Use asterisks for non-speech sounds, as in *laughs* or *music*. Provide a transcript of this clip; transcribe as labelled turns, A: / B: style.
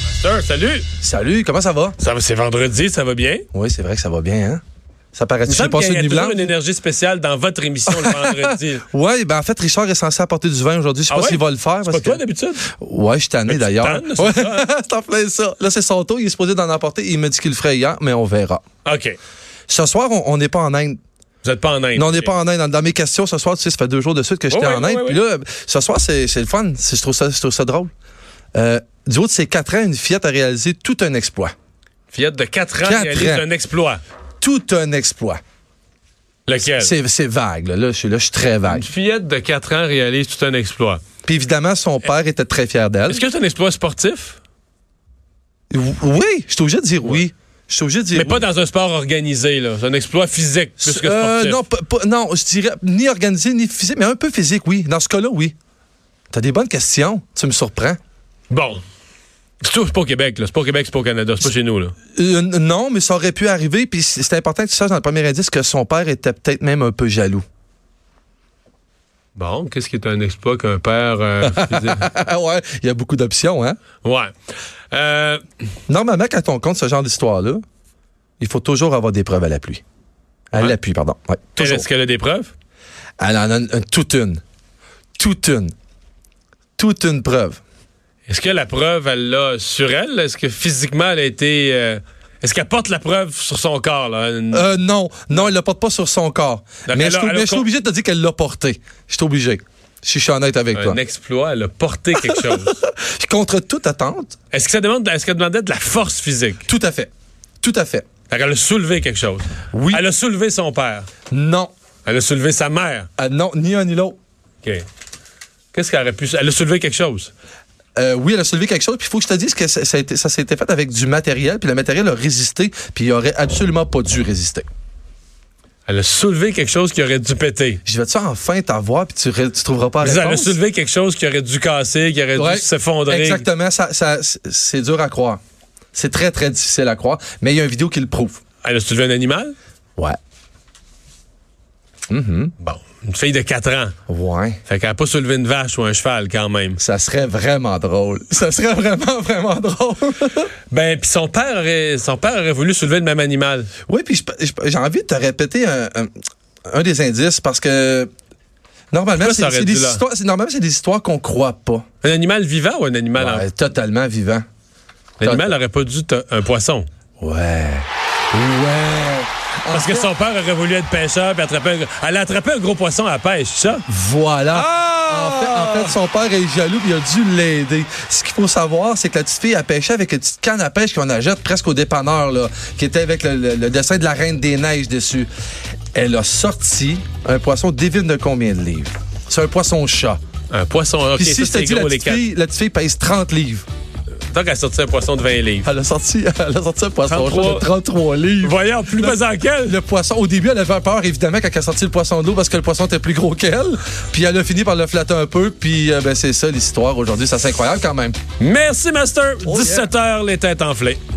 A: Lester, salut!
B: Salut, comment ça va?
A: Ça va- c'est vendredi, ça va bien?
B: Oui, c'est vrai que ça va bien, hein? Ça paraît-tu que
A: Il
B: j'ai
A: me semble
B: passé
A: qu'il y
B: une
A: a
B: nuit
A: toujours
B: blanche?
A: une énergie spéciale dans votre émission
B: *laughs*
A: le vendredi.
B: Oui, ben en fait, Richard est censé apporter du vin aujourd'hui. Je sais
A: Ah
B: pas
A: ouais?
B: s'il va le faire.
A: C'est
B: parce
A: pas toi
B: que-
A: d'habitude?
B: Ouais, je suis tanné
A: tu
B: d'ailleurs.
A: tannes, c'est
B: Ouais,
A: ça, hein?
B: *laughs* c'est en plein ça. Là, c'est son tour. Il est supposé d'en apporter. Il m'a dit qu'il le ferait hier, mais on verra.
A: OK.
B: Ce soir, on on n'est pas en Inde.
A: Vous êtes pas en Inde.
B: Non, on n'est
A: OK.
B: pas en Inde. Dans- Dans mes questions, ce soir, tu sais, ça fait deux jours de suite que j'étais
A: Ouais,
B: en
A: ouais,
B: Inde.
A: ouais,
B: Puis
A: ouais.
B: là, ce soir, c'est c'est le fun. C'est- Je trouve ça, je trouve ça drôle. Euh, du haut de ses quatre ans, une fillette a réalisé tout un exploit.
A: Fillette de 4 ans
B: Quatre
A: réalise
B: ans.
A: un exploit.
B: Tout un exploit.
A: Lequel?
B: C'est c'est vague, là. Là, je suis là, je suis très
A: Une
B: vague.
A: fillette de 4 ans réalise tout un exploit.
B: Puis évidemment, son père était très fier d'elle.
A: Euh, Est-ce que c'est un exploit sportif?
B: Oui, je suis obligé de dire oui. Je suis obligé de dire
A: Mais
B: oui.
A: pas dans un sport organisé, là. C'est un exploit physique plus que
B: Euh,
A: sportif.
B: non, pas- pas- non, je dirais ni organisé ni physique, mais un peu physique, oui. Dans ce cas-là, oui. T'as des bonnes questions. Tu me surprends.
A: Bon. C'est tout- c'est pas au Québec, là. C'est pas au Québec, c'est pas au Canada. C'est pas chez nous, là.
B: Euh, n- non, mais ça aurait pu arriver. Puis c- c'est important que tu saches dans le premier indice que son père était peut-être même un peu jaloux. *laughs*
A: Bon, qu'est-ce qui est un exploit qu'un père euh, *laughs*
B: Ah ouais, il y a beaucoup d'options, hein?
A: Ouais. Euh,
B: Normalement, quand on compte ce genre d'histoire-là, il faut toujours avoir des preuves à la pluie. À
A: Ouais.
B: l'appui, pardon. Ouais,
A: elle,
B: toujours.
A: Est-ce qu'elle a des preuves?
B: Elle en a une- une- euh, toute une. Toute une. Toute une preuve.
A: Est-ce que la preuve, elle l'a sur elle? Est-ce que physiquement, elle a été. euh, Est-ce qu'elle porte la preuve sur son corps? Là? Une-
B: Euh, non, non, elle le porte pas sur son corps.
A: Donc,
B: mais
A: elle
B: je
A: a-
B: suis
A: elle a
B: mais je suis
A: con-
B: obligé de te dire qu'elle l'a porté. Je suis obligé. Si je suis honnête avec toi.
A: un exploit, elle a porté
B: *laughs*
A: quelque chose.
B: Puis Contre toute attente,
A: Est-ce que ça demande, est-ce qu'elle demandait de la force physique?
B: tout à fait. Tout à fait.
A: Fait qu'elle a soulevé quelque chose.
B: Oui.
A: Elle a soulevé son père.
B: Non.
A: Elle a soulevé sa mère.
B: Ah, non, ni un ni l'autre.
A: OK. Qu'est-ce qu'elle aurait pu. Elle a soulevé quelque chose.
B: Euh, oui, elle a soulevé quelque chose. Puis il faut que je te dise que ça, ça a été- ça s'était fait avec du matériel. Puis le matériel a résisté. Puis il aurait absolument pas dû résister.
A: Elle a soulevé quelque chose qui aurait dû péter.
B: Je vais-tu enfin t'avoir, puis tu, ré- tu trouveras pas la
A: Elle a
B: réponse?
A: soulevé quelque chose qui aurait dû casser, qui aurait
B: Ouais,
A: dû s'effondrer.
B: Exactement. Ça, ça- c'est dur à croire. C'est très, très difficile à croire. Mais il y a une vidéo qui le prouve.
A: Elle a soulevé un animal?
B: Ouais.
A: Bon. Une fille de 4 ans.
B: Ouais.
A: Fait qu'elle n'a pas soulevé une vache ou un cheval quand même.
B: Ça serait vraiment drôle. *laughs* Ça serait vraiment, vraiment *laughs* drôle.
A: Ben, puis son père aurait, son père aurait voulu soulever le même animal.
B: oui, puis je- je- j'ai envie de te répéter un, un- un des indices parce que normalement,
A: Pourquoi ça
B: c'est
A: aurait
B: c'est
A: dû
B: des
A: là?
B: histoires, c'est- normalement, c'est des histoires qu'on croit pas.
A: Un animal vivant ou un animal
B: Ouais, totalement vivant.
A: en... L'animal aurait pas dû être un poisson.
B: Ouais. Ouais.
A: Parce
B: Ah.
A: que son père aurait voulu être pêcheur puis attraper un... Elle a attrapé un gros poisson à la pêche, c'est ça?
B: Voilà.
A: Ah!
B: En, fait, en fait, son père est jaloux et il a dû l'aider. Ce qu'il faut savoir, c'est que la petite fille a pêché avec une petite canne à pêche qu'on achète presque au dépanneur, là, qui était avec le, le- le dessin de la Reine des Neiges dessus. Elle a sorti un poisson, devine de combien de livres? C'est un poisson-chat.
A: Un poisson, ok,
B: Puis
A: ça,
B: si je te
A: c'est
B: dis, la
A: gros, les
B: petite,
A: quatre.
B: fille, la petite fille pèse 30 livres.
A: Tant qu'elle a sorti un poisson de 20 livres.
B: Elle a sorti, *laughs* elle a sorti un poisson-chat
A: 33.
B: de 33 livres.
A: Voyons, plus pesant qu'elle!
B: Le poisson, au début, elle avait peur, évidemment, quand elle a sorti le poisson de l'eau parce que le poisson était plus gros qu'elle. Puis elle a fini par le flatter un peu. Puis euh, ben, c'est ça l'histoire aujourd'hui. Ça, c'est incroyable quand même.
A: Merci, Master!
B: Oh, yeah.
A: 17h, les têtes enflées.